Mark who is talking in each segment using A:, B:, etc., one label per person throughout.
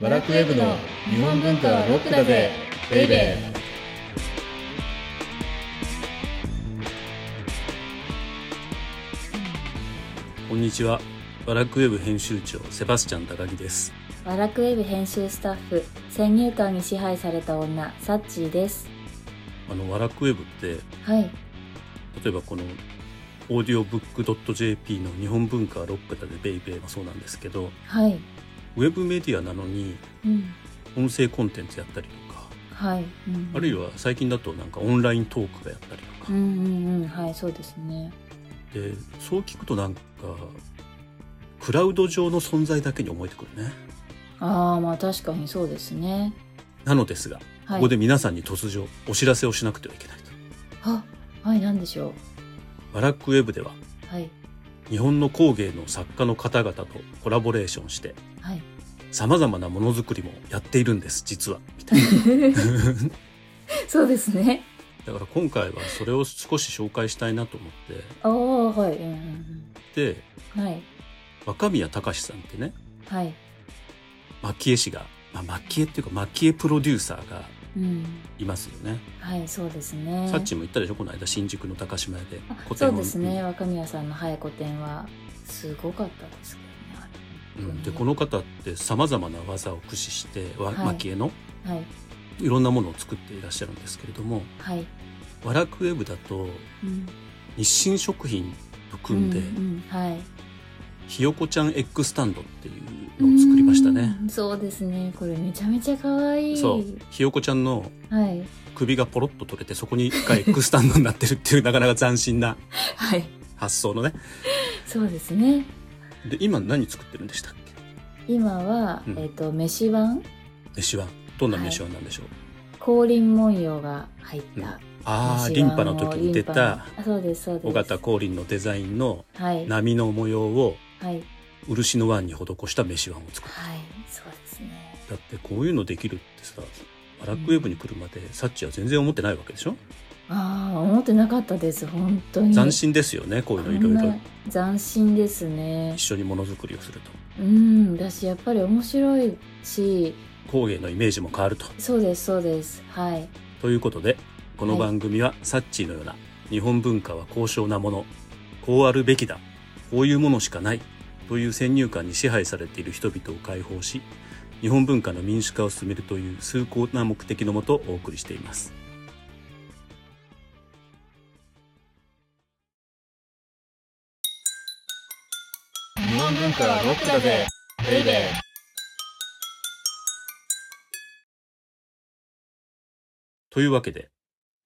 A: バラクウェブの日本文化はロックだぜベイベー
B: こんにちは。バラックウェブ編集長、セバスチャン高木です。
C: ワラクウェブ編集スタッフ先入観に支配された女サッチーです
B: あの、ワラックウェブって、
C: はい
B: 例えばこの、オーディオブックドット JP の日本文化はロックだでベイベーもそうなんですけど、
C: はい
B: ウェブメディアなのに、
C: うん
B: 音声コンテンツやったりとか、
C: はい、うん、
B: あるい
C: は
B: は最近だとなんかオンライントークがやったりと
C: う
B: か
C: ん、うんうんはいそうですね
B: で、そう聞くとなんか、クラウド上の存在だけに思えてくるね。
C: ああまあ確かにそうですね
B: なのですが、
C: はい
B: ここで皆さんに突如お知らせをしなくてはいけないと。
C: あはい何でしょ
B: バラックウェブでは
C: うはい
B: 日本の工芸の作家の方々とコラボレーションして
C: はい
B: 様々なものづくりもやっているんです実はみたいな
C: そうですね
B: だから今回はそれを少し紹介したいなと思っ
C: ああはいうんうん
B: てで
C: うんはい
B: 若宮隆さんってね
C: はい
B: 蒔絵師が、まあ、蒔絵っていうか蒔絵プロデューサーが
C: うん
B: いますよね、
C: はいそうですね
B: さっきも言ったでしょこの間新宿の高島屋で
C: あ
B: 個
C: そ
B: 展
C: う
B: を
C: ですね若宮さんのはい古典はすごかったですけどねあれ
B: うん、でこの方って様々な技を駆使してわ
C: はい
B: 蒔絵の
C: はい
B: いろんなものを作っていらっしゃるんですけれども、
C: はい、
B: ワラクウェブだと
C: うん
B: 日清食品と組んで、
C: うんうんはい
B: ひよこちゃんエッグスタンドっていうのを作りましたね
C: う。んそうですねこれめちゃめちゃ可愛い
B: そう。ひよこちゃんの
C: はい
B: 首がポロッと取れて、そこにがエッグスタンドになってるっていう、なかなか斬新な
C: はい
B: 発想のね。
C: そうですね
B: で、今何作ってるんでしたっけ
C: 今は、
B: うん
C: えっ、と飯碗
B: 飯は。どんな飯はなんでしょう、
C: 降臨文様が入った、
B: ああ、
C: 飯
B: リン
C: 碗を
B: パの時に
C: リ
B: 出
C: ンパの
B: た
C: あそうですそうです
B: 尾形光琳のデザインの
C: はいはい
B: 波の模様を
C: はい
B: 漆の湾に施した飯碗を作る。
C: そうですね
B: だってこういうのできるってさ、ワラックウェブに来るまでサッチは全然思ってないわけでしょ、
C: ああ思ってなかったです本当に
B: 斬新ですよね、こういうのいろい
C: こん
B: ろ
C: な斬新ですね
B: 一緒にものづくりをすると。
C: うんだしやっぱり面白いし
B: 工芸のイメージも変わると。
C: そうですそうですはい
B: ということで、この
C: はい
B: 番組はサッチーのような日本文化は高尚なもの、こうあるべきだ、こういうものしかないという先入観に支配されている人々を解放し、日本文化の民主化を進めるという崇高な目的のもとお送りしています。
A: 日本文化はロックだぜベイベー
B: というわけで、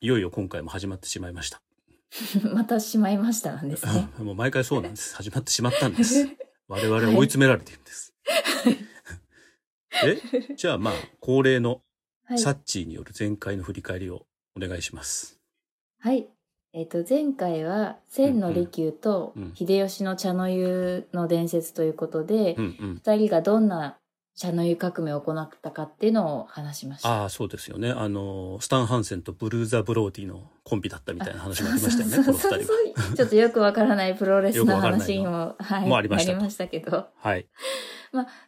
B: いよいよ今回も始まってしまいました。
C: またしまいましたなんですね。
B: もう毎回そうなんです。始まってしまった んです。我々は追い詰められているんです。 えじゃあまあ、恒例の
C: はい。
B: サッチーによる前回の振り返りをお願いします。
C: はい。えっ、と、前回は、千の利休と
B: うんうん
C: 秀吉の茶の湯の伝説ということで
B: う、んうん。
C: 二、人がどんな茶の湯革命を行ったかっていうのを話しました。
B: ああ、そうですよね。あの、スタン・ハンセンとブルーザ・ブローディのコンビだったみたいな話もありましたよ ね、
C: そう
B: こ
C: そ
B: の
C: う
B: 二
C: そ
B: 人は
C: う。そうちょっとよくわからないプロレス
B: よく
C: の
B: わからない
C: 話に
B: の
C: も、はい、
B: もありましたと
C: なりましたけど、
B: はい。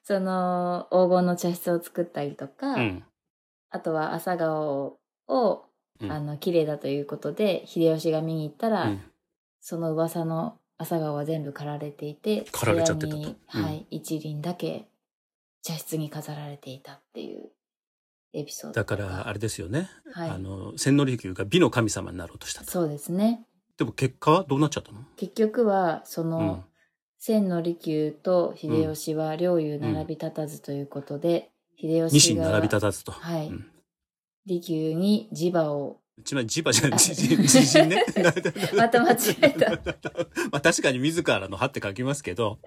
C: その、黄金の茶室を作ったりとか、
B: うん。
C: あとは朝顔を、
B: うん
C: あの、綺麗だということで、秀吉が見に行ったら、
B: うん
C: その噂の朝顔は全部刈られていて、
B: 刈られちゃってたと
C: 部屋に
B: うん
C: はい、一輪だけ茶室に飾られていたっていうエピソード
B: だ
C: と。
B: から、あれですよね。あ
C: はい。
B: の、千利休が美の神様になろうとしたと。
C: そうですね。
B: でも結果はどうなっちゃったの
C: 結局は、その、
B: うん。
C: 千利休と秀吉は両雄並び立たずということで、秀
B: 二
C: 吉
B: 神
C: が、
B: 並び立たずと。
C: はい
B: うん
C: 利休に磁場 を、
B: つまり磁場じゃん、
C: あ。
B: 自陣、自陣ね
C: また間違えた。
B: まあ確かに自らの歯って書きますけど、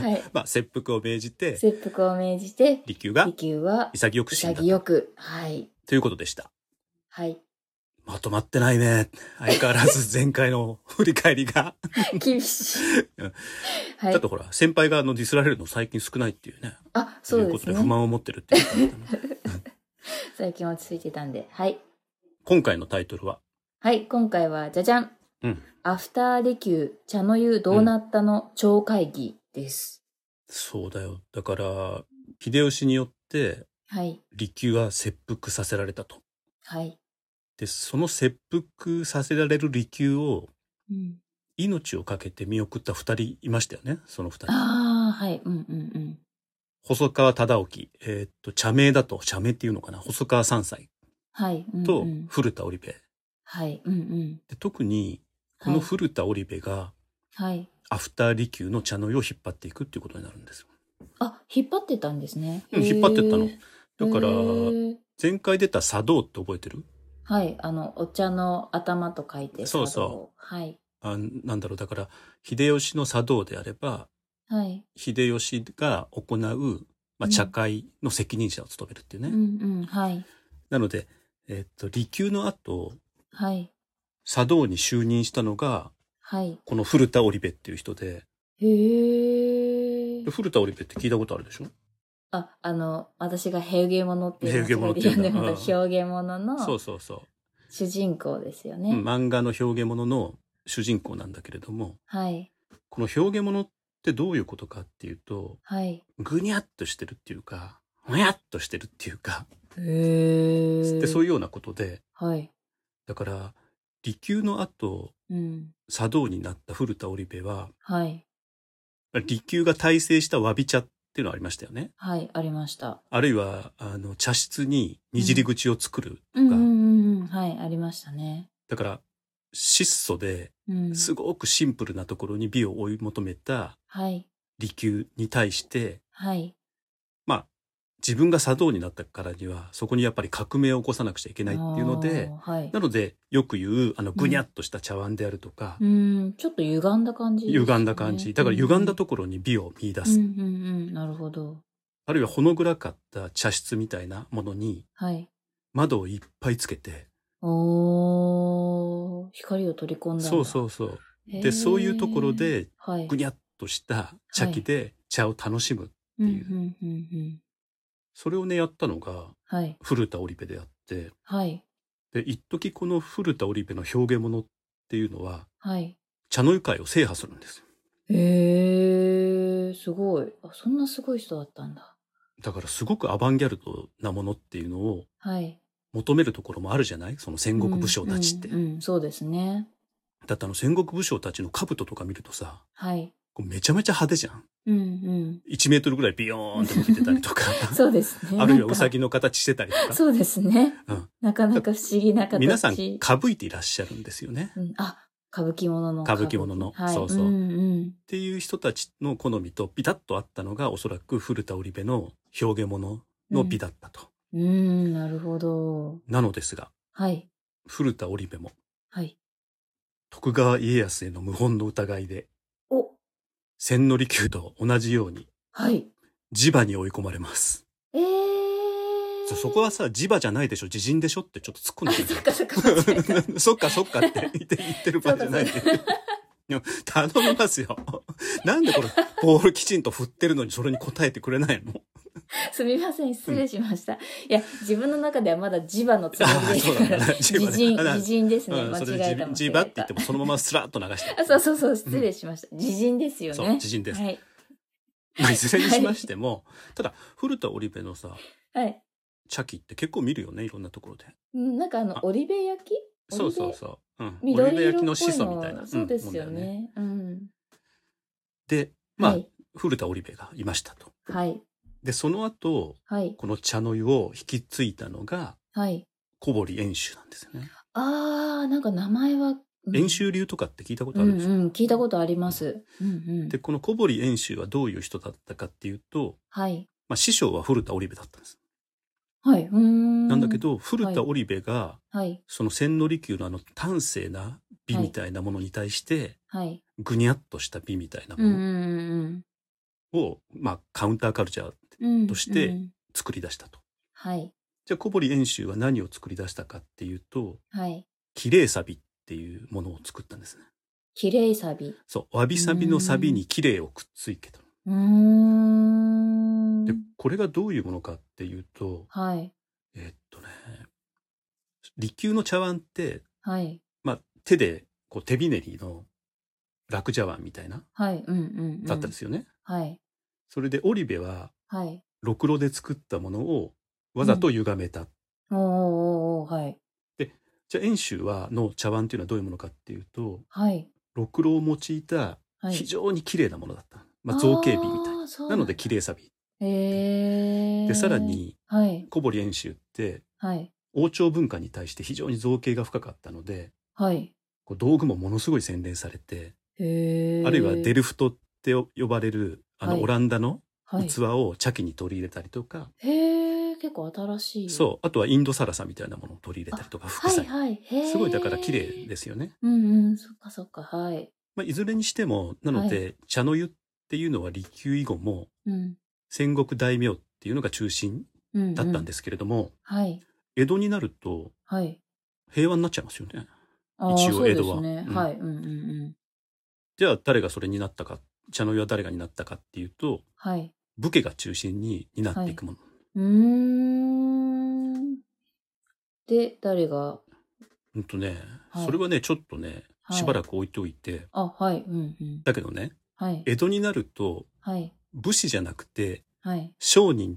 C: はい、
B: まあ切腹を命じて、
C: 切腹を命じて、
B: 利休が
C: 利休は
B: 潔く死んだ
C: 潔く、はい、
B: ということでした。
C: はい、
B: まとまってないね。相変わらず前 回の振り返りが。
C: 厳しい
B: うん。
C: は
B: だ
C: い
B: と。ほら、先輩があのディスられるの最近少ないっていうね。
C: あ、そう
B: いう
C: で
B: こ
C: す
B: とで
C: ね
B: 不。満を持ってるっていうことだったの。
C: 最近落ち着いてたんで。はい。
B: 今回のタイトルは、
C: はい、今回は、じゃじゃん。
B: うん
C: アフター利休、茶の湯どうなったの超会議です。
B: そうだよ。だから、秀吉によっって、
C: はい。
B: 利休は切腹させられたと。
C: はい。
B: で、その切腹させられる利休を、
C: うん、
B: 命を懸けて見送った二人いましたよね、その二人。
C: ああ、はい。うんうんうん。
B: 細川忠興、えーっと、茶名だと、茶名っていうのかな、細川三歳
C: はい。うんうん、
B: と古田織部。
C: はい。うんうん。
B: で特に、こ
C: は
B: の
C: い。
B: 古田織部が、
C: はい。
B: アフター利休の茶の湯を引っ張っていくっていうことになるんですよ。
C: あ、引っ張ってたんですね。
B: うん引っ張ってったの
C: へ
B: だから
C: へ、ー
B: 前回出た茶道って覚えてる
C: はい。あの、お茶の頭と書いて。
B: そうそう
C: 茶道はい。
B: あなんだろう、だから、秀吉の茶道であれば、
C: はい。
B: 秀吉が行う、ま
C: う
B: あ、
C: ん
B: 茶会の責任者を務めるっていうね。
C: うんうん。はい。
B: なので、えっと、利休の後、
C: はい。
B: 茶道に就任したのが、
C: はい。
B: この古田織部っていう人で、
C: へえ
B: で。古田織部って聞いたことあるでしょ
C: あ、あの、私がヘウゲモノっていう
B: ヘウゲモノっていうんだ
C: テレビで読んで
B: う
C: た表現モノ
B: そう
C: の
B: そうそ
C: 主人公ですよ
B: う。
C: ね。
B: 漫画の表現物の主人公なんだけれども、
C: はい。
B: この表現物ってどういうことかっていうと、
C: はい。
B: ぐにゃっとしてるっていうか、ほやっとしてるっていうか、
C: へえ。
B: でそうい
C: う。
B: うようなことで、
C: はい。
B: だから、利休の後、
C: うん。
B: 茶道になった古田織部は、
C: はい。
B: 利休が大成したわび茶っていうのがありましたよね。
C: はい。ありました。
B: あるいは、あの、茶室ににじり口を作る
C: う
B: と
C: ん
B: か、
C: うんうんうん。はい。ありましたね。
B: だから、質素で、
C: うん。
B: すごくシンプルなところに美を追い求めた
C: はい。
B: 利休に対して、
C: はい。
B: まあ、自分が茶道になったからには、そこにやっぱり革命を起こさなくちゃいけないっていうので、
C: あー。はい
B: な。ので、よく言う、あの、ぐにゃっとした茶碗であるとか、
C: うん。ちょっと歪んだ感じですね。
B: 歪んだ感じ。だから歪んだところに美を見出
C: うん
B: す。
C: うんうん。なるほど。
B: あるいはほの暗かった茶室みたいなものに
C: はい。
B: 窓をいっぱいつけて、
C: おー。光を取り込んだんだ。
B: そうそうそう。
C: へー
B: で、そういうところ、で、
C: はい。
B: ぐにゃっとした茶器で茶を楽しむ。
C: うん
B: いう
C: うんうんうん。
B: それをね、やったのが
C: はい。
B: 古田織部であって、
C: はい。
B: で、一時この古田織部の表現物っていうのは、
C: はい。
B: 茶の湯界を制覇するんですよ。
C: へえ、すごい。あ、そんなすごい人だったんだ。
B: だからすごくアバンギャルドなものっていうのを
C: はい。
B: 求めるところもあるじゃないその戦国武将たちって。
C: うんうんうんそうですね。
B: だってあの戦国武将たちの兜とか見るとさ、
C: はい。
B: こうめちゃめちゃ派手じゃん。
C: うんうん。
B: 1メートルぐらいビヨーンって伸びてたりとか、
C: そうですね。
B: あるいはウサ
C: ギ。
B: ギの形してたりとか、
C: そうですね
B: うん。
C: なかなか不思議な形。
B: 皆さんかぶいていらっしゃるんですよね。っ
C: うんあ、歌舞伎ものの。
B: 歌舞伎ものの
C: はい
B: そうそう
C: うんうん。
B: ていう人たちの好みとピタッとあったのがおそらく古田織部の表現物の美だったと。
C: うん、なるほど。
B: なのですが、
C: はい。
B: 古田織部も
C: はい。
B: 徳川家康への無本の疑いで、
C: お、
B: 千利休と同じように
C: はい。
B: 磁場に追い込まれます。
C: ええ
B: そそ こはさ、磁場じゃないでしょ、自陣でしょってちょっと突っ込ん
C: あ、
B: でく
C: そ
B: る
C: っかそっか。間違えた
B: そっか そっかって言って言ってる場合じゃないんで
C: そうだ
B: いや頼みますよ。なんでこれ、ボールきちんと振ってるのにそれに答えてくれないの
C: すみません、失礼しました。いや、自分の中ではまだ磁場のつもりですから、
B: あそうなんだ
C: 自
B: ね
C: 陣、
B: あな
C: 自陣ですね。
B: うん
C: 間
B: そ
C: 違え
B: れ
C: た間違えた。
B: じばって言ってもそのままスラッと流して。
C: あ、そうそうそう、失礼しました。自陣ですよ
B: そう、
C: ね。
B: 自陣です。
C: はい。
B: まあいずれにしましても、ただ、古田織部のさ、
C: はい。
B: 茶器って結構見るよね、いろんなところで。
C: うんなんかあの
B: あ、
C: オリベ焼き
B: そうそうそう。うん。織
C: 緑
B: 部
C: 色っ
B: 焼
C: ぽい
B: き
C: の
B: の始祖みたいな。ん
C: そうですよ
B: もんだよね
C: ね。うん。
B: で、まあ、
C: はい。
B: 古田織部がいましたと。
C: はい。
B: で、その後、
C: はい。
B: この茶の湯を引き継いだのが、
C: はい。
B: 小堀遠州なんですよね。
C: あー、なんか名前は。うん
B: 遠州流とかって聞いたことあ
C: う
B: る
C: ん
B: でしょ、
C: うん、聞いたことあります。うんうん。
B: で、この小堀遠州はどういう人だったかっていうと、
C: はい。
B: まあ、師匠は古田織部だったんです。
C: はい。うーん。
B: なんだけ。ど、古田織部が、
C: はい。
B: その千利休のあの端正な美みたいなものに対して、
C: はい。
B: ぐにゃっとした美みたいな
C: うんう
B: も
C: ん
B: のを、まあ、カウンターカルチャー
C: うんうん。
B: として
C: うんうん
B: 作り出したと。
C: はい。
B: じゃあ、小堀遠州は何を作り出したかっていうと、
C: はい。
B: 綺麗サビっていうものを作ったんですね。
C: 綺麗サビ。
B: そう、わびサビのサビに綺麗をくっついてたの。
C: うーん。
B: で、これがどういうものかっていうと、
C: はい。
B: えっとね、利休の茶碗って、
C: はい。
B: まあ、手で、こう、手びねりの楽茶碗みたいな、
C: はい。うんうん、うん。
B: だったんですよね。
C: はい。
B: それで、織部は、
C: はい。
B: ろくろで作ったものをわざと歪めた。
C: おーおーおーはい。
B: じゃあ遠州はの茶碗っていうのはどういうものかっていうと
C: はい。
B: ろくろを用いた
C: はい。
B: 非常に綺麗なものだった、まあ、造形美みたい
C: あーそう
B: なので綺麗さび
C: へえー。
B: でさら。に
C: はい。
B: 小堀遠州って
C: はい。
B: 王朝文化に対して非常に造形が深かったので
C: はい。
B: こう道具もものすごい洗練されて、
C: へえー。
B: あるいはデ
C: ル。
B: ルフトって呼ばれるあの
C: はい
B: オランダの
C: はい。
B: 器を茶器に取り入れたりとか、
C: へえー、結構新しい。
B: そうあとはインドサラサみたいなものを取り入れたりとか副
C: はい
B: 菜、
C: はい。へえ。
B: すごいだから綺麗ですよね。
C: うんうん、そっかそっか、はい。
B: まあ、いずれにしてもなので、茶の湯っていうのは利休以後も
C: うん。
B: 戦国大名っていうのが中心
C: うん、
B: だったん
C: で。
B: ですけれども、
C: はい。
B: 江戸になると
C: はい。
B: 平和になっちゃいますよね。
C: あー
B: 一応
C: そうです
B: 江戸は
C: ね
B: うん
C: はい。うんうんうん。
B: じゃあ誰がそれになったか茶の湯は誰がになったかっていうと
C: はい。
B: 武家が中心に担っていくもの、
C: うーん。で、誰が、
B: ほんとね、
C: はい
B: それはねちょっとね
C: はい
B: しばらく置いておいて、
C: あ、はい。うんうん。
B: だけどね
C: はい。
B: 江戸になると
C: はい。
B: 武士じゃなくて
C: はい。
B: 商人っ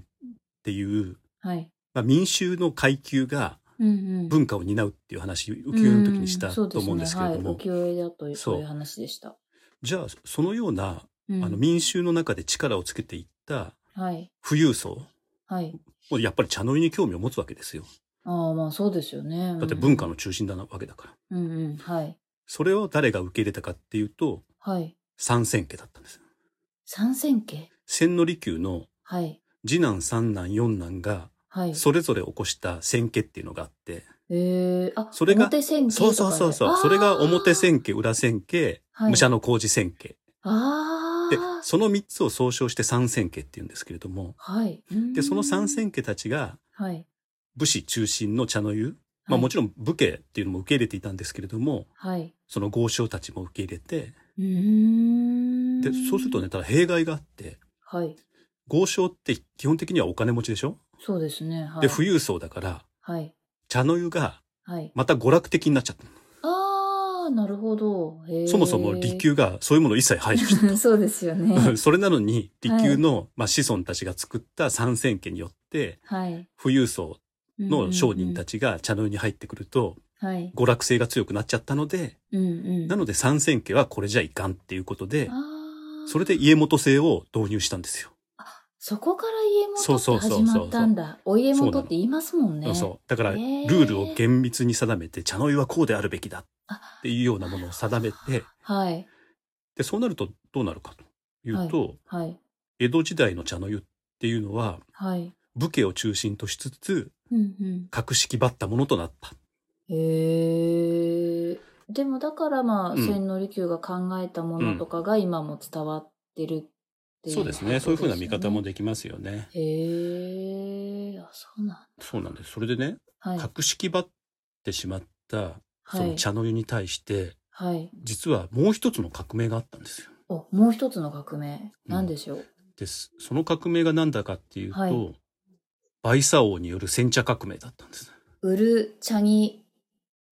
B: ていう、
C: はい。
B: まあ、民衆の階級が
C: うんうん。
B: 文化を担うっていう話浮世絵の時にしたと思うんですけれども、
C: そうですねはい、浮世絵だと
B: そう
C: そういう話でした。
B: じゃあそのような
C: うん
B: あの民衆の中で力をつけていった
C: はい。
B: 富裕層
C: はい。
B: もやっぱり茶の湯に興味を持つわけですよ。
C: ああ、まあそうですよね。
B: だって文化の中心だなわけだから。
C: うんうん。はい。
B: それを誰が受け入れたかっていうと
C: はい。
B: 三千家だったんです。
C: 三千家
B: 千利休の
C: はい。
B: 次男三男四男が
C: はい。
B: それぞれ起こした千家っていうのがあって、
C: ええあ、
B: それが
C: 表千家と
B: そ
C: か
B: う
C: ね
B: そうそうそうそれが表千家裏千家、
C: はい
B: 武者の工事千家
C: あー
B: でその三つを総称して三千家っていうんですけれども
C: はい。
B: でその三
C: 線
B: 千家たちが
C: はい。
B: 武士中心の茶の湯まあもちろん武家っていうのも受け入れていたんですけれども、
C: ろん。はい。
B: その豪商たちも受け入れて、
C: うーん。
B: で、そうするとね、。ただ弊害があって、
C: はい。
B: 豪商って基本的にはお金持ちでしょ、
C: そうですね。はい。
B: で、富裕層だから、
C: はい。
B: 茶の湯が
C: はい。
B: また娯楽的になっちゃった。
C: あー、なるほど。へー
B: そもそも利。休がそういうものを一切排除して た。
C: そうですよね。
B: それなのに、利休の、まあ、子孫たちが作った三千家によって、
C: はい。
B: 富裕層の商人た
C: ち。
B: ちが茶の湯に入ってくると、
C: はい。
B: 娯楽性が強くなっちゃったので、
C: うんうん。
B: なので三千家はこれじゃいかんっていうことで、
C: あー
B: それで家元制を導入したんですよ。
C: そこから
B: そう
C: 家
B: そ
C: 元
B: う
C: っ
B: そ
C: て
B: うそう
C: 始まったんだ。お家元って言いますもんね。
B: そうだから、
C: へ
B: ル
C: ー
B: ールを厳密に定めて、茶の湯はこうであるべきだ
C: あ
B: っていうようなものを定めて、
C: はい。
B: で、そうなるとどうなるかというと、
C: はい。
B: 江戸時代の茶の湯っていうのは、
C: はい。
B: 武家を中心としつつ、
C: うんうん。
B: 格式ばったものとなった。
C: へえ。でもだからまあ、
B: うん
C: 千利休が考えたものとかが今も伝わってるっていう、
B: そうですね。そういうふうな見方も
C: で。
B: できますよね。
C: へえ。あ、そうなんだ。
B: そうなんです。それでね、
C: はい。
B: 格式ばってしまった、そ
C: は
B: の
C: い。
B: 茶の湯に対して、
C: はい。
B: 実はもう一つの革命があったんですよ。
C: お、もう一つの革命。なんでしょう。
B: です。その革命が何だかっていうと、
C: は
B: バイサ王による煎茶革命だったんです。
C: 売る茶に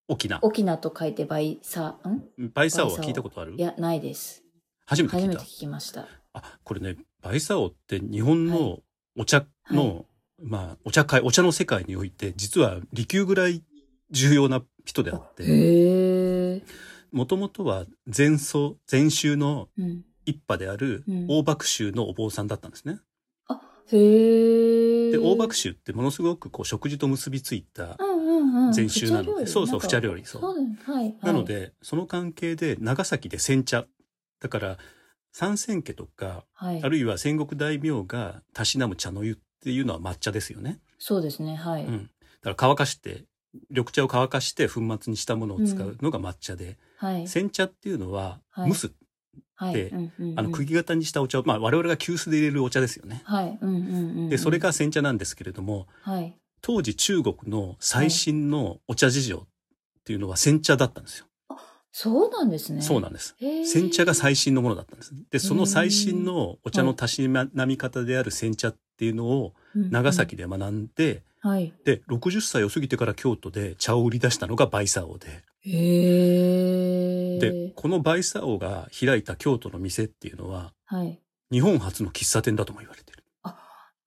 B: 沖縄。
C: 沖縄と書いて倍さ、ん
B: バイサ王は聞いたことある
C: いや、ないです。
B: 初めて
C: 初
B: 聞い
C: め
B: た
C: て聞。きました。
B: あ、これね、バイサ王って日本のお茶の、
C: は
B: まあ、お茶会、お茶の世界において、実は利休ぐらい重要な人であって、
C: へえ。
B: もともとは前宗、前宗の
C: うん。
B: 一派である
C: うん
B: 大幕州のお坊さんだったんですね。
C: あ、へえ。
B: で、大幕州ってものすごくこう食事と結びついた
C: うんうんうん。
B: 前週なの
C: 不茶料
B: で
C: 理
B: そうそう
C: なんか
B: 不茶料理そう
C: そうだよはい。
B: なので、その関係で長崎で煎茶。だから、三千家とか、
C: はい、
B: あ
C: はい。
B: るいは戦国大名がたしなむ茶の湯っていうのは抹茶ですよね。
C: そうですね、は
B: う
C: い。
B: ん。だから乾かして、緑茶を乾かして粉末にしたものを使うのが抹茶で、
C: はい。
B: 煎茶っていうのは
C: はい
B: 蒸す、
C: はい。
B: で
C: うんうんうん
B: あの釘型にしたお茶を、まあ我々が急須で入れるお茶ですよね。
C: はい。うんうんうんうん。
B: で、それ、が煎茶なんですけれども、
C: はい。
B: 当時中国の最新のお茶事情っていうのは煎茶だったんですよ。
C: そうなんですね。
B: そうなんんです。
C: です
B: 煎茶が最新のものだったんです。で、その最新のお茶
C: は
B: の
C: い
B: たしなみ方である煎茶っていうのを長崎で学んで、
C: はい。
B: で、60歳を過ぎてから京都で茶を売り出したのがバイサ王で、
C: へえ。
B: で、、このバイサ王が開いた京都の店っていうのは、
C: はい。
B: 日本初の喫茶店だとも言われてる。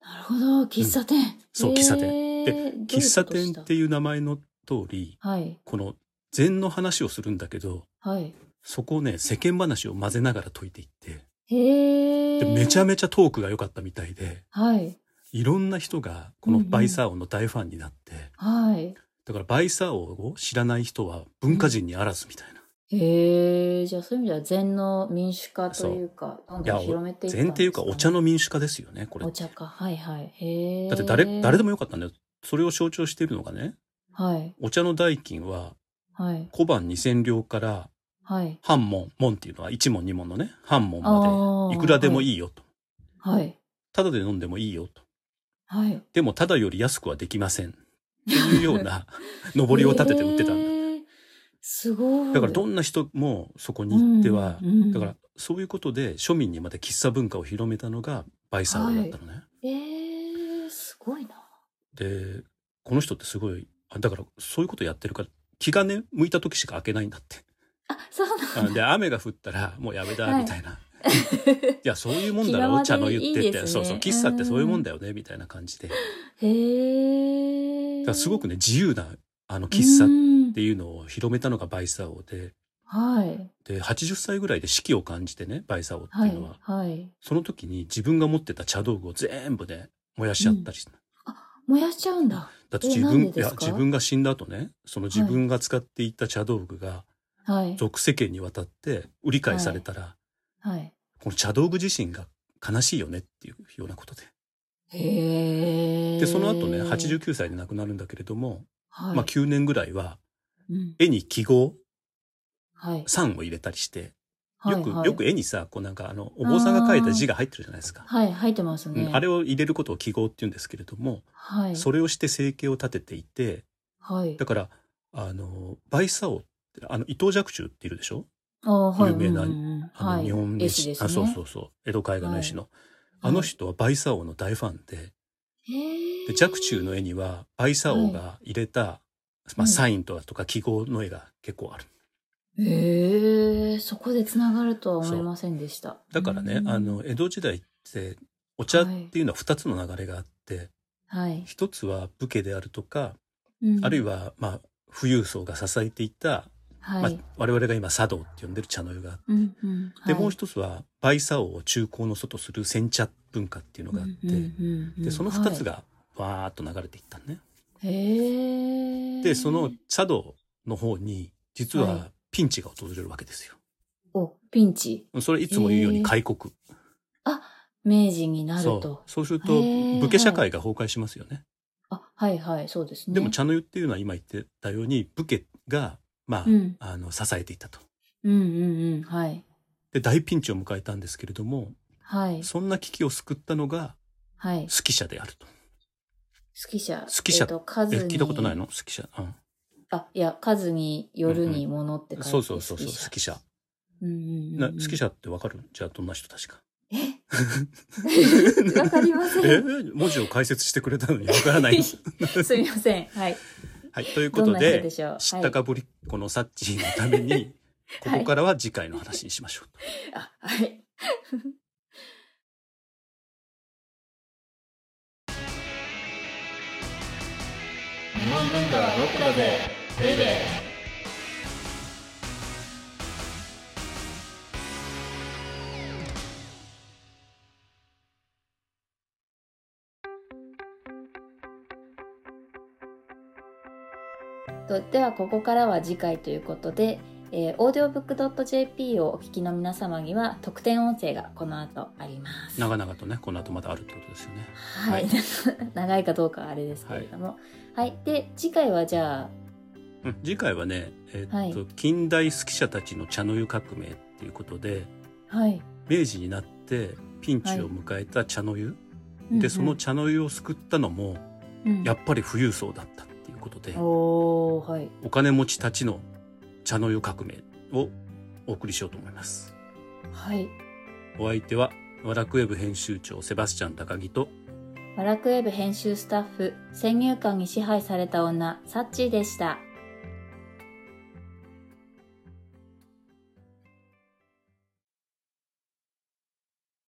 C: なるほど、喫茶店。
B: そう喫茶店で
C: えーどういうこと
B: 喫茶店
C: した
B: っていう名前の通り、
C: はい、
B: この禅の話をするんだけど、
C: はい。
B: そこをね、世間話を混ぜながら解いていって、
C: へえ。
B: でめちゃ
C: め
B: めちゃトークが良かったみたいで、
C: はい、
B: いろんな人がこのバイサー王の大ファンになって、
C: はい。
B: だからバイサー王を知らない人は文化人にあらずみたいな。
C: へえ、じゃあそういう意味では禅の民主化というか、どんどん
B: いや
C: 広めていったんですか
B: 禅っていうかお茶の民主化ですよね、これ。
C: お
B: だ
C: 茶か、はいはい。へえ。
B: って誰、誰で
C: も。
B: もよかったんだよ。それを象徴しているのがね、
C: はい、
B: お茶の代金は
C: はい、
B: 小判2000両から
C: はい、
B: 半門、門っていうのは1門2門のね、半門ま
C: あー
B: でいくらでもいいよと。
C: はい、
B: ただで飲んでもいいよと。
C: はい。
B: でもただより安くはできません。っていうような上りを立てて売ってたんだ。
C: へえ。すごい。
B: だからどんな人もそこに行っては、
C: うんうん
B: だからそういうことで庶民にまた喫茶文化を広めたのがバイサー王だったのね。
C: えー、すごいな。
B: で、この人ってすごい、あだからそういうことやってるから気がね、向いた時しか開けないんだって。
C: あ、そうなん だ
B: あで、雨が降ったらもうやめだ、
C: はい
B: みたいな。いや、そういうもんだ
C: 気ま
B: ろ、
C: ま
B: お
C: で
B: 茶の言ってって
C: いいですね
B: そうそう、喫茶ってそういうもんだよね、みたいな感じで。だか
C: へえ。
B: らすごく
C: ね、
B: ね、自由な、あの、喫茶っ
C: 喫
B: ていうのを広めたのがバイサー王で、
C: はい、
B: で、80歳ぐらいで四季を感じてね、バイサー王って
C: は
B: いう
C: い
B: のは、、
C: はい。
B: その時に自分が持ってた茶道具を全部ね、燃やしちゃったりした。
C: 燃やしちゃうんだ。
B: だって
C: え
B: 自
C: なん
B: 分
C: で
B: い
C: です
B: や
C: か
B: 自分が死んだ後ねその自分が使っていた茶道具が
C: はい、
B: 俗世間に渡って売り買いされたら、
C: はい。
B: この茶道具自身が悲しいよねっていうようなことで
C: へえ。
B: でその後ね89歳で亡くなるんだけれども、
C: はい、
B: まあ、9年ぐらいは
C: うん
B: 絵に記号
C: はい。
B: 3を入れたりして
C: はい
B: よく、
C: はい
B: よく絵にさこうなんかあのお坊さんが書いた字が入ってるじゃないですか。
C: はい、入ってますね。
B: うんあれを入れることを記号って言うんですけれども、
C: はい。
B: それをして生計を立てていて
C: はい
B: だ。からあのバイサオってあの伊藤若冲っているでしょ
C: あはい、
B: 有名な
C: うんうんうん
B: あの
C: はい、
B: 日本
C: 絵
B: 絵
C: 師
B: 師、
C: ですね。
B: あそうそうそう江戸絵画の絵師の、あの人はバイサオの大ファンで
C: へえ。
B: で若冲の絵にはバイサオが入れた、ま
C: う
B: あ、
C: ん
B: サインとかとか記号の絵が結構ある、
C: へえ、そこでつながるとは思いませんでした。
B: だからね、
C: うん
B: あ、の江戸時代ってお茶っていうのは2つの流れがあって、
C: はい。
B: 一1つは武家であるとか、
C: うん
B: あるい、はまあ富裕層が支えていた、
C: は
B: ま
C: い
B: あ。、我々が今茶道って呼んでる茶の湯があって。
C: うんうん
B: で、
C: はい
B: もう一つは、バイサオを中高の外する煎茶文化っていうのがあって、で、その二つ、が、わーっと流れていったの
C: う
B: ね。
C: んうんうんはいへえ。
B: で、その、茶道の方に、実
C: は
B: はピンチが訪れるわけですよ。
C: お、ピンチ。
B: それいつも言うように開国。
C: 明治になる
B: そう
C: と。。
B: そうす
C: へ
B: ると、
C: ー
B: 武家社会が崩壊しますよね。
C: あ、はいはい、そうですね。
B: でも茶の湯っていうのは今言ってたように、武家が、まあ、
C: うん
B: あの、支えていたと。
C: うんうんうん、はい。
B: で、大ピンチを迎えたんですけれども、
C: はい。
B: そんな危機を救ったのが、
C: はい。
B: スキ社であると。
C: 好き者。
B: 好き
C: え
B: 者
C: っと、数
B: え、
C: に。
B: 聞いたことないのスキ社。うん。
C: あ、いや、数によるにものって書いて、
B: そうそうそうそう、
C: 好
B: ス
C: き
B: キ社。
C: 者。うんうんうん
B: な、スキ社ってわかるじゃあどんな人たちか。
C: わかりません。
B: え文字を解説してくれたのにわからな い。
C: すみません。はい。
B: はい、というこ
C: どん
B: と
C: な
B: で、
C: 人でしょう。
B: 知
C: は
B: っ
C: い
B: たかぶりっ子のサッチーのために、ここからは次回の話にしましょう。
C: あ、はい。
A: 日本文化はロックだぜベイベー
C: とではここからは次回ということで、えー、audiobook.jp をお聞きの皆様には特典音声がこの後あります。
B: 長々とね、この後まだあるってことですよね。
C: はい、
B: は
C: 長いかどうかはあれですけれども、はい、で次回はじゃあ
B: うん次回はね、えーっと、
C: はい
B: 近代スキ社たちの茶の湯革命っていうことで、
C: はい、
B: 明治になってピンチを迎えた茶の湯。
C: うんう
B: で、
C: ん
B: その、茶の湯を救ったのも、
C: うん
B: やっぱり富裕層だったっていうことで、
C: おーはい
B: お金持ちたちの茶の湯革命をお送りしようと思います。
C: はい
B: お相手は、ワラクウェブ編集長セバスチャン高木と、
C: ワラクウェブ編集スタッフ先入観に支配された女サッチーでした。